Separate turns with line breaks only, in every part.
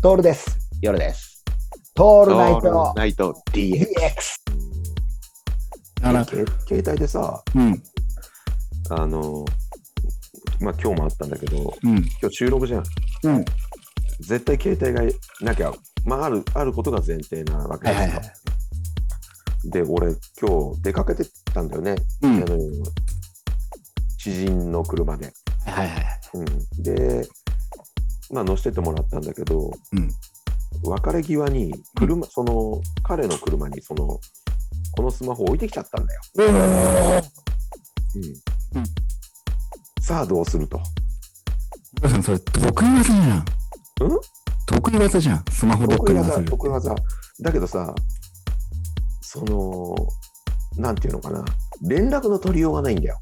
トールです。
夜です。
ト
オ
ールナイト
ナイト DX。
DX。
あなんか
携携帯でさ、
うん、
あの、まあ今日もあったんだけど、
うん、
今日収録じゃん。
うん。
絶対携帯がなきゃ、まあある、あることが前提なわけ
は
で
い
すよ。
はいはい。
で、俺今日出かけてたんだよね。
う
あ
ん、はい
の知人の車で。
はいはい。
うん、で、まあ乗せてもらったんだけ
う
ど、
ん
別れ際に車、その彼の車にその、このスマホ置いてきちゃったんだよ。うん
うん
さあどうすると。
皆さんそれ得意技じゃん。
ん
得意技じゃん。スマホ
得
得
意
意
技
技。
得意技だけどさそのなんていうのかな連絡の取りようがないんだよ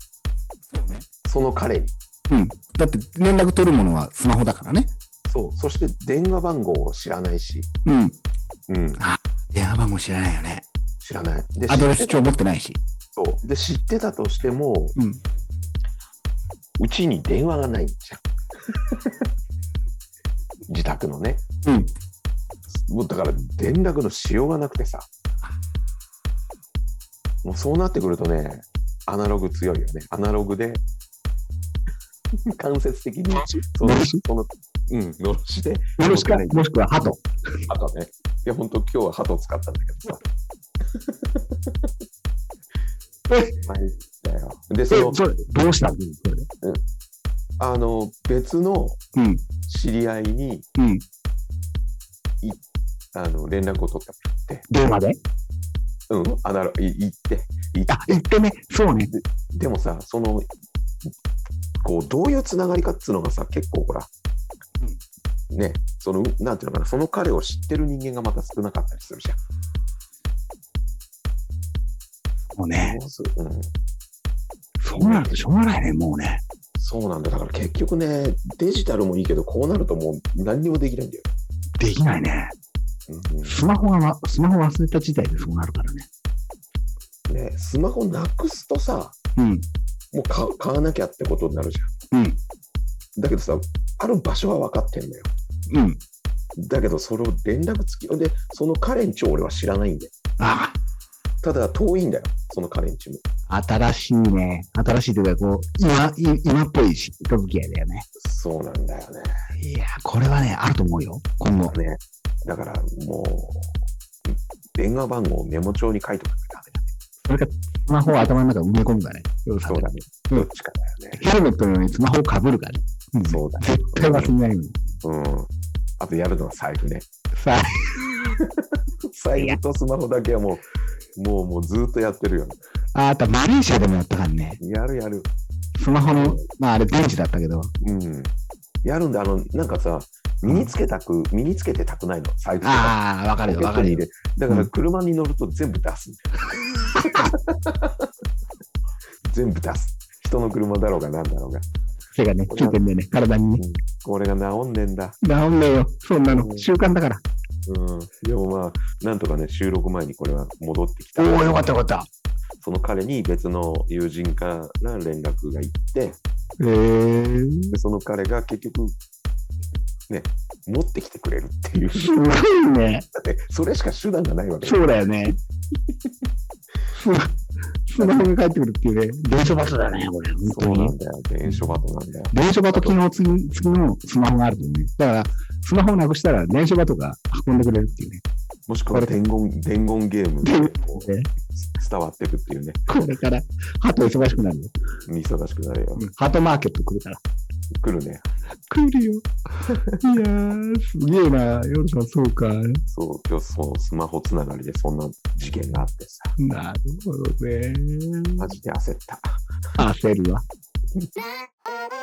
そうね
その彼に
うん。だって連絡取るものはスマホだからね。
そうそして電話番号を知らないし、
うん。
うん、
電話番号知らないよね。
知らないで
アドレ
知
ス
ってた
帳持ってないし。
そうで知ってたとしても
うん。
うちに電話がないじ ゃん自宅のね
うん。
もうだから連絡のしようがなくてさもうそうなってくるとねアナログ強いよねアナログで 間 接的にその
のろし
そのうんのろしで
もしくは、もしくは、ハト。
あとねいや本当今日はハト使ったんだけど さ参ったよでその
れ、どうしたの
あの別の
うん。
知り合いに
うん。
あの連絡を取って
電話で
うんアナログ行って行って
あ、言ってね。そうね。
でもさ、その、こう、どういうつながりかっつうのがさ、結構ほら、ね、その、なんていうのかな、その彼を知ってる人間がまた少なかったりするじゃん。
もうね。
そうすうん、
そうなるとしょうがないね、もうね。
そうなんだ。だから結局ね、デジタルもいいけど、こうなるともう何にもできないんだよ。
できないね。
う
スマホがわ、スマホ忘れた時代でそうなるからね。
ん、ね、スマホなくすとさ、
うん。
もう買買わなきゃってことになるじゃん。
うん。
だけどさ、ある場所は分かってんだよ。
うん。
だけど、それを連絡付き、で、その彼んちを俺は知らないんだよ。
あ
ただ、遠いんだよ、その彼んちも。
新しいね。新しいというか、こう、今、い今っぽい知った付き合いだよね。
そうなんだよね。
いやー、これはね、あると思うよ。今後。
ねだからもう、電話番号をメモ帳に書いておかなきゃダメだね。
スマホを頭の中に埋め込むからね。
そうだね。
うん
どっちかだよね。
ヘルメットのようにスマホをかぶるからね。うん
そうだね
絶対忘れないように。
うん。あとやるのは財布ね。
さあ、
財布とスマホだけはもう、もう、もうずっとやってるよね。
ああとマレーシアでもやったからね。
やるやる。
スマホの、まああれ電池だったけど。
うん。やるんだ、あの、なんかさ、身につけたく、身につけてたくないの、財布とか。
ああ、わかるよ、わか
ポケ
る
ットに入
よ
れ。だから
うん
車に乗ると全部出 すんだよ。全部出す。人の車だろうが何だろうが。
それがね、ついてんだよね。体にね。
これが治んねんだ。
治んねえよ。そんな
うん
の。習慣だから。
うん、でもまあ、なんとかね、収録前にこれは戻ってきた。
おお、よかったよかった。
その彼に別の友人から連絡が行って、
えー、
でその彼が結局、ね、持ってきてくれるっていう。
すごいね。
だって、それしか手段がないわけだよ
そうだよね。スマスマホが返ってくるっていうね。電書バトだね、これ。本当
そうな
に。
んだよ。電書バトなんだよ。
電書バト機能付き付きのスマホがあるとね。だから、スマホをなくしたら電書バトが運んでくれるっていうね。
もしくは伝言、伝言ゲームで こう
ね
伝わっていくっていうね、
これから、ハト忙しくなるよ。
忙しくなるよ。
ハトマーケット来るから。
来るね。
来るよ。いやー、すげえな。夜さん、そうか。
そう、今日そう、スマホつながりでそんな事件があってさ、
なるほどね。
マジで焦った。
焦るわ。
Bye.